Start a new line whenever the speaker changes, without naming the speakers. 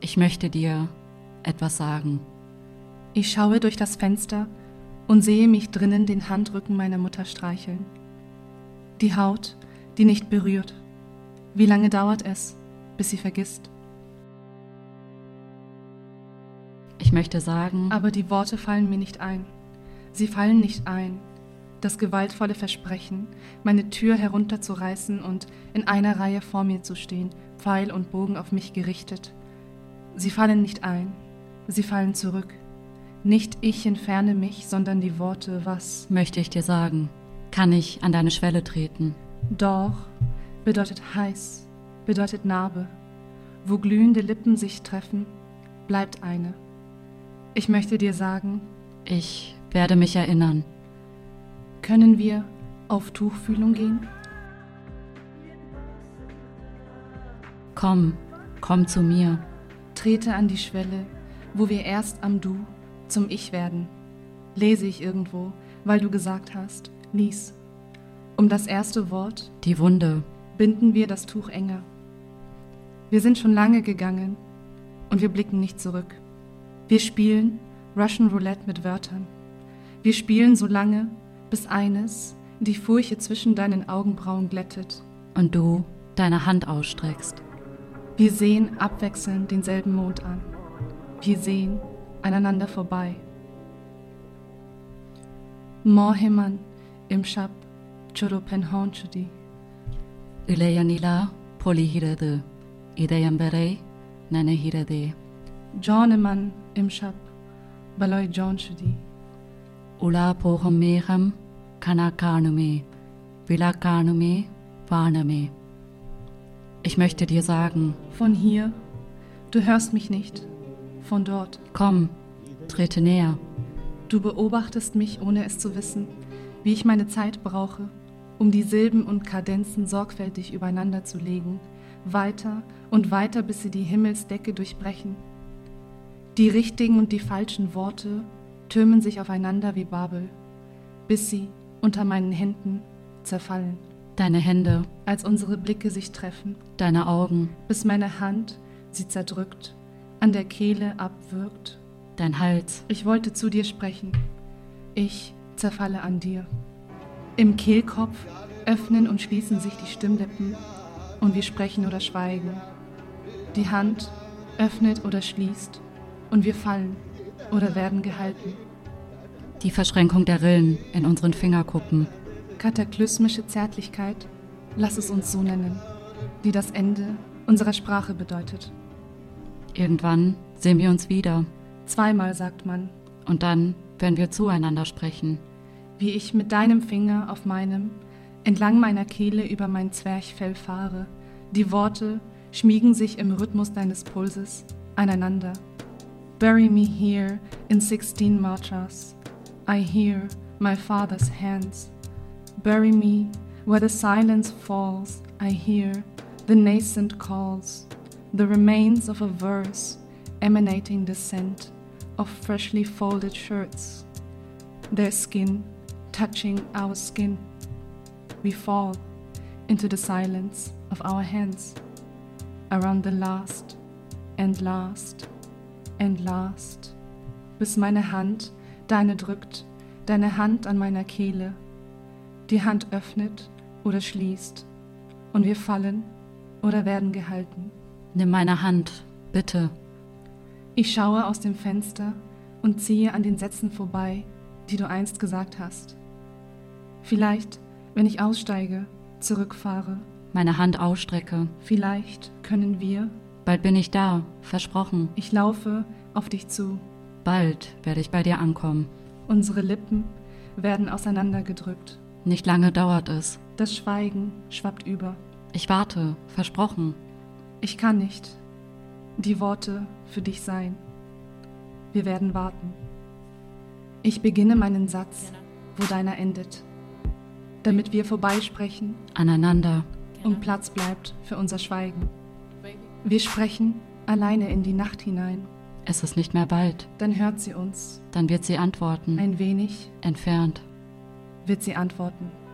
Ich möchte dir etwas sagen.
Ich schaue durch das Fenster und sehe mich drinnen den Handrücken meiner Mutter streicheln. Die Haut, die nicht berührt. Wie lange dauert es, bis sie vergisst?
Ich möchte sagen,
Aber die Worte fallen mir nicht ein. Sie fallen nicht ein. Das gewaltvolle Versprechen, meine Tür herunterzureißen und in einer Reihe vor mir zu stehen, Pfeil und Bogen auf mich gerichtet. Sie fallen nicht ein. Sie fallen zurück. Nicht ich entferne mich, sondern die Worte, was
möchte ich dir sagen, kann ich an deine Schwelle treten?
Doch bedeutet heiß, bedeutet Narbe. Wo glühende Lippen sich treffen, bleibt eine. Ich möchte dir sagen,
Ich werde mich erinnern.
können wir auf Tuchfühlung gehen?
Komm, komm zu mir.
Trete an die Schwelle, wo wir erst am Du zum Ich werden. Lese ich irgendwo, weil du gesagt hast, lies. Um das erste Wort
Die Wunde.
binden wir das Tuch enger. Wir sind schon lange gegangen und wir blicken nicht zurück. Wir spielen Russian Roulette mit Wörtern. Wir spielen so lange, bis eines die Furche zwischen deinen Augenbrauen glättet.
Und du deine Hand ausstreckst.
Wir sehen abwechselnd denselben Mond an. Wir sehen aneinander vorbei. Moheman im Shab Choropenhonchudi.
Ileyanila polihirede. Ideyambere nanehirede.
Johneman im Shab Baloy Johnchudi.
Ula pohameham kanakanume. Vilakanume vaname. Ich möchte dir sagen,
Von hier, du hörst mich nicht. Von dort,
komm, trete näher.
du beobachtest mich, ohne es zu wissen, wie ich meine Zeit brauche, um die Silben und Kadenzen sorgfältig übereinander zu legen, weiter und weiter, bis sie die Himmelsdecke durchbrechen. Die richtigen und die falschen Worte türmen sich aufeinander wie Babel, bis sie unter meinen Händen zerfallen,
Deine Hände,
als unsere Blicke sich treffen.
deine Augen,
bis meine Hand sie zerdrückt, an der Kehle abwürgt.
dein Hals.
Ich wollte zu dir sprechen. Ich zerfalle an dir. Im Kehlkopf öffnen und schließen sich die Stimmlippen und wir sprechen oder schweigen. Die Hand öffnet oder schließt und wir fallen oder werden gehalten.
Die Verschränkung der Rillen in unseren Fingerkuppen.
Kataklysmische Zärtlichkeit, lass es uns so nennen, die das Ende unserer Sprache bedeutet.
Irgendwann sehen wir uns wieder
Zweimal sagt man,
und dann werden wir zueinander sprechen.
wie ich mit deinem Finger auf meinem, entlang meiner Kehle über mein Zwerchfell fahre. Die Worte schmiegen sich im Rhythmus deines Pulses aneinander. Bury me here in 16 marchas. I hear my father's hands. Bury me where the silence falls. I hear the nascent calls. The remains of a verse emanating the scent of freshly folded shirts their skin touching our skin. We fall into the silence of our hands around the last and last and last, bis meine Hand deine drückt, deine Hand an meiner Kehle, die Hand öffnet oder schließt und wir fallen oder werden gehalten.
Nimm meine Hand, bitte.
Ich schaue aus dem Fenster und ziehe an den Sätzen vorbei, die du einst gesagt hast. Vielleicht, wenn ich aussteige, zurückfahre,
Meine Hand ausstrecke.
vielleicht können wir,
Bald bin ich da, versprochen.
ich laufe auf dich zu.
Bald werde ich bei dir ankommen.
Unsere Lippen werden auseinandergedrückt.
Nicht lange dauert es.
Das Schweigen schwappt über.
Ich warte, versprochen.
Ich kann nicht die Worte für dich sein. Wir werden warten. Ich beginne meinen Satz, wo deiner endet, damit wir vorbeisprechen
Aneinander.
und Platz bleibt für unser Schweigen. Wir sprechen alleine in die Nacht hinein,
Es ist nicht mehr bald.
dann hört sie uns.
Dann wird sie antworten.
Ein wenig
Entfernt.
wird sie antworten.